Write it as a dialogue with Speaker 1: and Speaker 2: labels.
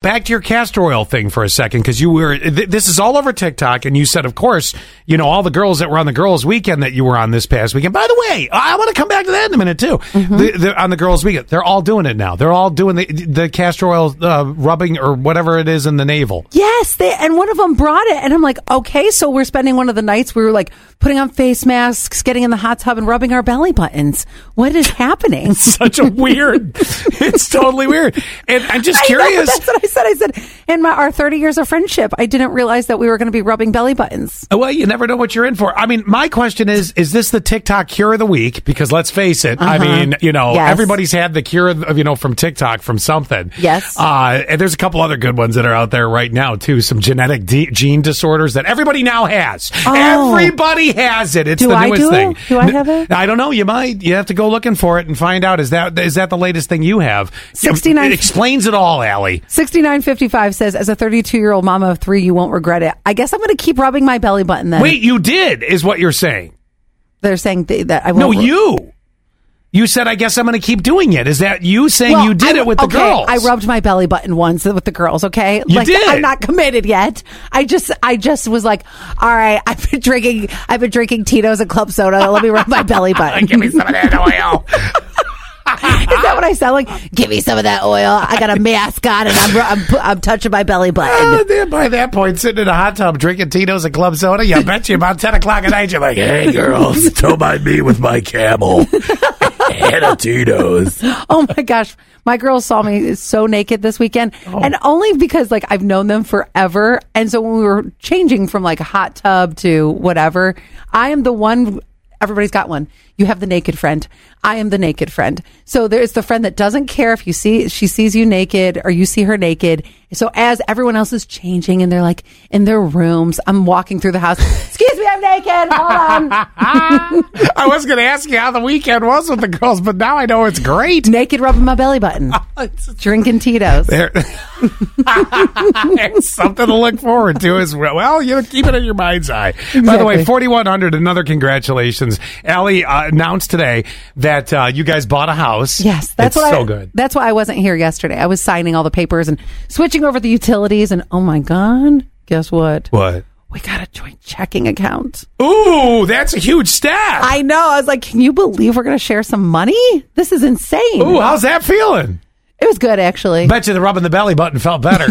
Speaker 1: Back to your castor oil thing for a second, because you were th- this is all over TikTok, and you said, of course, you know all the girls that were on the girls' weekend that you were on this past weekend. By the way, I want to come back to that in a minute too.
Speaker 2: Mm-hmm.
Speaker 1: The, the, on the girls' weekend, they're all doing it now. They're all doing the the castor oil uh, rubbing or whatever it is in the navel.
Speaker 2: Yes, they and one of them brought it, and I'm like, okay, so we're spending one of the nights we were like putting on face masks, getting in the hot tub, and rubbing our belly buttons. What is happening?
Speaker 1: Such a weird. it's totally weird, and I'm just
Speaker 2: I know,
Speaker 1: curious.
Speaker 2: that's what I said. I said in my our 30 years of friendship, I didn't realize that we were going to be rubbing belly buttons.
Speaker 1: Uh, Well, you never know what you're in for. I mean, my question is: Is this the TikTok cure of the week? Because let's face it, I mean, you know,
Speaker 2: Uh-huh. Yes.
Speaker 1: everybody's had the cure, of, you know, from TikTok from something.
Speaker 2: Yes.
Speaker 1: Uh, and there's a couple other good ones that are out there right now too. Some genetic de- gene disorders that everybody now has.
Speaker 2: Oh.
Speaker 1: Everybody has it. It's
Speaker 2: Do
Speaker 1: the
Speaker 2: I
Speaker 1: newest
Speaker 2: do it?
Speaker 1: thing.
Speaker 2: Do I have it?
Speaker 1: I don't know. You might. You have to go looking for it and find out. Is that is that the latest thing you have?
Speaker 2: 69
Speaker 1: It explains it all, Allie.
Speaker 2: 6955 says, as a 32 year old mama of three, you won't regret it. I guess I'm going to keep rubbing my belly button then.
Speaker 1: Wait, you did is what you're saying.
Speaker 2: They're saying th- that I
Speaker 1: No,
Speaker 2: won't.
Speaker 1: you. You said, I guess I'm going to keep doing it. Is that you saying
Speaker 2: Well,
Speaker 1: you did
Speaker 2: I-
Speaker 1: it with the
Speaker 2: okay,
Speaker 1: girls?
Speaker 2: I rubbed my belly button once with the girls. Okay,
Speaker 1: You
Speaker 2: like
Speaker 1: did.
Speaker 2: I'm not committed yet. I just, I just was like, all right, I've been drinking, I've been drinking Tito's and club soda. Let me rub my belly button.
Speaker 1: Give me some of that oil.
Speaker 2: Is that what I sound like? Give me some of that oil. I got a mask on and I'm, I'm, pu- I'm touching my belly button.
Speaker 1: Uh, then by that point, sitting in a hot tub drinking Tito's and club soda, you bet you about 10 o'clock at night, you're like, hey, girls, don't mind me with my camel and a Tito's.
Speaker 2: Oh my gosh. My girls saw me so naked this weekend. And only because like I've known them forever. And so when we were changing from like a hot tub to whatever, I am the one everybody's got one. You have the naked friend. I am the naked friend. So there's the friend that doesn't care if you see she sees you naked or you see her naked. So as everyone else is changing and they're like in their rooms, I'm walking through the house. Excuse me, I'm naked. Hold on.
Speaker 1: I was going to ask you how the weekend was with the girls, but now I know it's great.
Speaker 2: naked rubbing my belly button. Drinking Tito's.
Speaker 1: There, There's something to look forward to as well. Well, you know, keep it in your mind's eye. By the way,
Speaker 2: Exactly.
Speaker 1: 4100. Another congratulations, Allie uh, announced today that uh, you guys bought a house.
Speaker 2: Yes, that's
Speaker 1: it's
Speaker 2: what
Speaker 1: so
Speaker 2: I,
Speaker 1: good.
Speaker 2: That's why I wasn't here yesterday. I was signing all the papers and switching over the utilities. And oh my god, guess what?
Speaker 1: What?
Speaker 2: We got a joint checking account.
Speaker 1: Ooh, that's a huge step.
Speaker 2: I know. I was like, can you believe we're going to share some money? This is insane.
Speaker 1: Ooh, how's that feeling?
Speaker 2: It was good actually.
Speaker 1: Bet you the rubbing the belly button felt better.